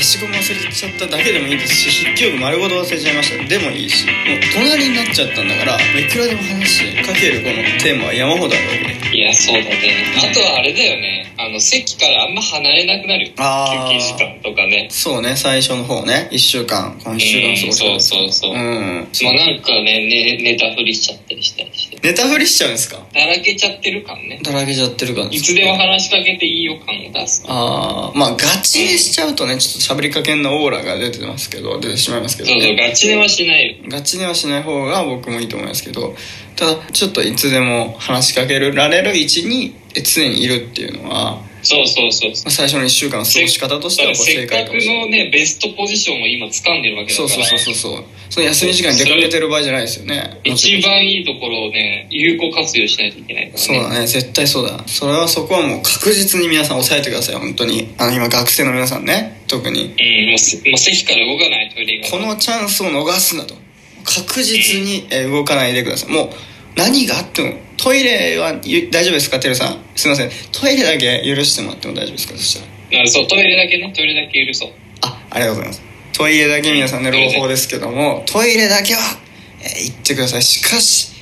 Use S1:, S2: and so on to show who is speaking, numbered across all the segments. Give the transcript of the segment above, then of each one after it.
S1: ちゃっただけでもいいですし筆記用具丸ごと忘れちゃいましたでもいいしもう隣になっちゃったんだからいくらでも話してかけるこのテーマは山ほどあるわけで
S2: いやそうだねあとはあれだよねあの席からあんま離れなくなる休
S1: あー
S2: 憩時間とかね
S1: そうね最初の方ね1週間この1週間過
S2: う
S1: ごして
S2: んそ
S1: ま
S2: う
S1: す
S2: そうそう、
S1: うん
S2: まあなんかねね寝たふりしちゃったりしたりして
S1: ネタフリしちゃうんですか
S2: だらけちゃってる感ね
S1: だらけちゃってるから
S2: いつでも話しかけていいよ感を出す
S1: ああまあガチ寝しちゃうとねちょっと喋りかけんのオーラが出てますけど出てしまいますけど
S2: そうそう
S1: ね
S2: ガチ寝はしないよ
S1: ガチ寝はしない方が僕もいいと思いますけどただちょっといつでも話しかけられる位置にえ常にいるっていうのは、ま
S2: そうそうそうそう
S1: あ、最初の1週間の過ごし方としてはこう
S2: せ
S1: 正
S2: っか
S1: 解
S2: く
S1: かもしれない
S2: のねベストポジションを今掴んでるわけだか
S1: そう
S2: ら
S1: そうそうそうそうその休み時間に出かけてる場合じゃないですよねもちろ
S2: 一
S1: ん
S2: 番いいところをね有効活用しないといけないからね
S1: そうだね絶対そうだそれはそこはもう確実に皆さん抑えてください本当にあの今学生の皆さんね特に
S2: うんもうせもう席から動かないトイレが
S1: このチャンスを逃すなと確実にえー動かないでくださいもう何があってもトイレはゆ大丈夫ですかてるさんすいませんトイレだけ許してもらっても大丈夫ですかそしたら
S2: あそうトイレだけねトイレだけ許そう
S1: あありがとうございますトイレだけ皆さんね
S2: トイレだけ
S1: 朗報ですけどもトイレだけは、えー行ってくださいしかし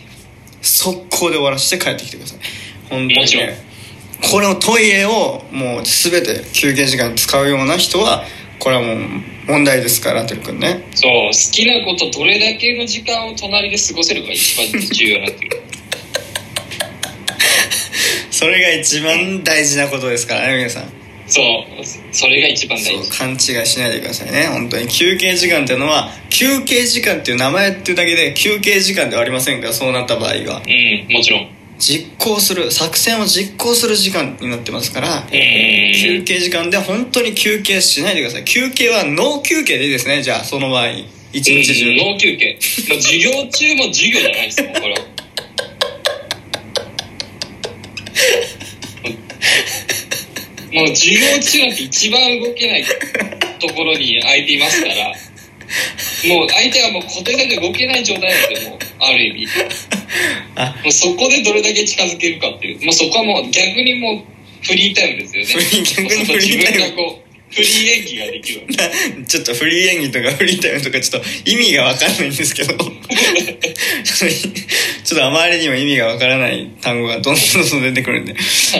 S1: 速攻で終わらせて帰ってきてください本当に、ね、
S2: もちろん
S1: このトイレをもう全て休憩時間に使うような人はこれはもう問題ですからてるくんね
S2: そう好きなことどれだけの時間を隣で過ごせるかが一番重要になってくる
S1: それが一番大事なことですからね皆さん
S2: そうそれが一番大
S1: そう
S2: 事
S1: 勘違いしないでくださいね本当に休憩時間っていうのは休憩時間っていう名前っていうだけで休憩時間ではありませんからそうなった場合は
S2: うんもちろん
S1: 実行する作戦を実行する時間になってますから、
S2: えー
S1: 休憩時間で本当に休憩しないでください休憩はノー休憩でいいですねじゃあその場合一
S2: うん
S1: 日中、
S2: 脳休憩もう授業中も授業じゃないですもうこれはもう授業中なんて一番動けないところに空いていますからもう相手はもう固定だけ動けない状態なんでもうある意味
S1: あ
S2: もうそこでどれだけ近づけるかっていうもうそこはもう逆にもうフリータイムですよね
S1: フリー逆にフリータイム
S2: もう自分がこうフリー演技ができるわけ
S1: ちょっとフリー演技とかフリータイムとかちょっと意味がわかんないんですけど ちょっとちょっとあまりにも意味がわからない単語がどんどんどんどん出てくるんで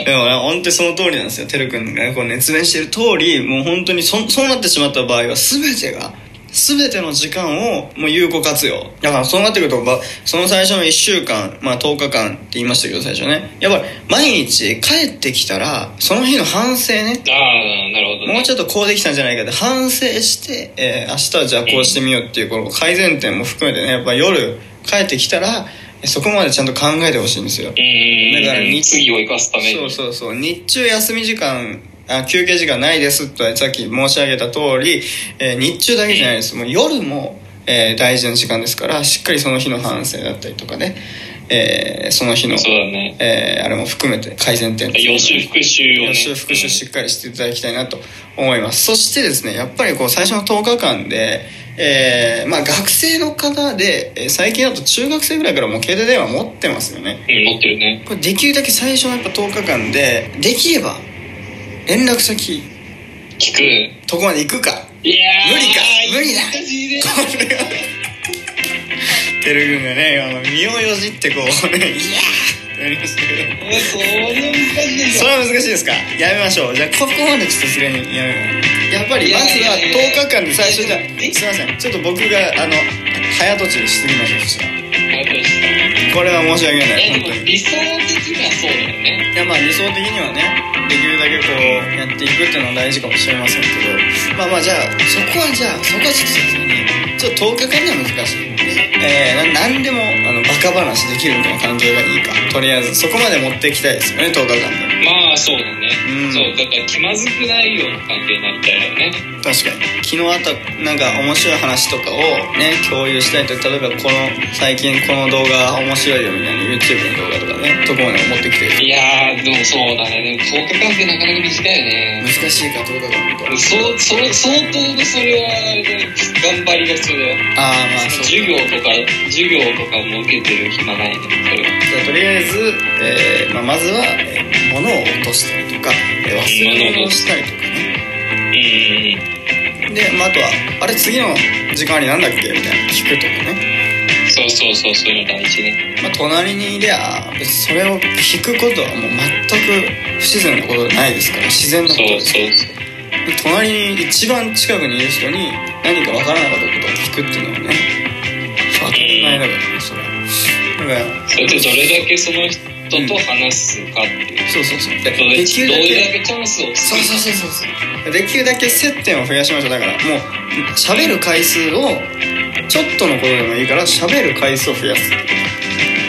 S1: でもね本当にその通りなんですよてるくんがねこう熱弁してる通りもう本当にそそうなってしまった場合は全てが全ての時間をもう有効活用だからそうなってくるとばその最初の1週間、まあ、10日間って言いましたけど最初ねやっぱり毎日帰ってきたらその日の反省ね
S2: ああなるほど、ね、
S1: もうちょっとこうできたんじゃないかって反省して、えー明日はじゃあこうしてみようっていうこの改善点も含めてねやっぱ夜帰ってきたらえそこまでちゃんと考えてほしいんですよ
S2: だ
S1: だからに
S2: 次を生かすために
S1: そうそうそう日中休み時間あ休憩時間ないですとはさっき申し上げた通り、えー日中だけじゃないですもう夜も、えー大事な時間ですからしっかりその日の反省だったりとかね、えーその日の、
S2: そうだね
S1: えーあれも含めて改善点
S2: 予習復習をね
S1: 予習復習しっかりしていただきたいなと思いますそしてですねやっぱりこう最初の10日間で、えーまあ、学生の方でえー最近だと中学生ぐらいからもう携帯電話持ってますよね
S2: うん持ってるね
S1: これできるだけ最初のやっぱ10日間でできれば連絡先
S2: 聞くい
S1: どこまで行くか
S2: やー
S1: 無理か無理だ
S2: 難しいね
S1: これは てる君がねあの身をよじってこうね「いやー!」ってなりましたけど
S2: おいそれ難しいね
S1: それは難しいですかやめましょうじゃあここまでちょっとさすがにやめましょうやっぱりまずはい
S2: やいやいや
S1: 10日間で最初じゃあすいませんちょっと僕があの早とちりしすぎました
S2: あどうしたい
S1: これは申し訳ない
S2: やで
S1: 本当
S2: も
S1: に
S2: 理想的にはそうだよね
S1: いやまあ理想的にはねできるだけこうやっていくっていうのは大事かもしれませんけどまあまあじゃあそこはじゃあそこはちょっとさすがにちょっと10日間では難しいんで、えー、な何でもあのバカ話できるみたいな感情がいいかとりあえずそこまで持っていきたいですよね10日間で
S2: まあそうだね
S1: うん
S2: そうだから気まずくないような関係になりたいよね
S1: 確かに昨日あったなんか面白い話とかをね共有したいと例えばこの最近この動画面白いよみたいな YouTube の動画とかねとこまで持ってきて
S2: いやーでもそうだねでも10日間ってなかなか短いよね
S1: 難しいかどうかが本当に
S2: そうそれ相当でそれはあれだね頑張りが必要だよ
S1: ああまあそう
S2: 授業とか授業とかも受けてる暇ないねそれは
S1: じゃあとりあえず、えーまあ、まずは、えー物を落としたりとか、えー忘れ物をしたりとかね
S2: うん
S1: で、まあ、あとはあれ次の時間になんだっけみたいな聞くとかね
S2: そうそうそう、そういうの大事ね。
S1: まあ、隣にいりゃ別にそれを聞くことはもう全く不自然なことじゃないですから自然な
S2: そ
S1: こと
S2: う
S1: です
S2: そうそう。
S1: 隣に一番近くにいる人に何かわからなかったことを聞くっていうのはね当たり前だからねそれはだから
S2: それでどれだけその人と話すかっていう。
S1: そうそうそうで
S2: どれ
S1: できるだ
S2: どれだ
S1: け
S2: けチャンスを
S1: そうそうそうそうそうできるだけ接点を増やしましょうだからもう喋る回数をちょっとのことでもいいから喋る回数を増やす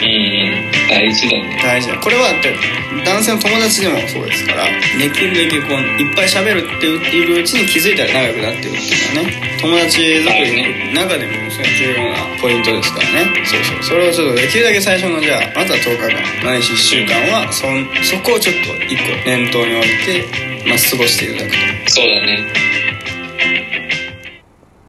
S2: うんうん、大事だね。
S1: 大事だこれはだって男性の友達でもそうですからできるだけこういっぱい喋るっていううちに気づいたら仲良くなってるっていうのはね友達作りの中でもそれは重要なポイントですからねそうそうそれをちょっとできるだけ最初のじゃあまずは10日間ないし1週間はそんそこをちょっと一個念頭に置いて、まあ、過ごしていただくと
S2: そうだね。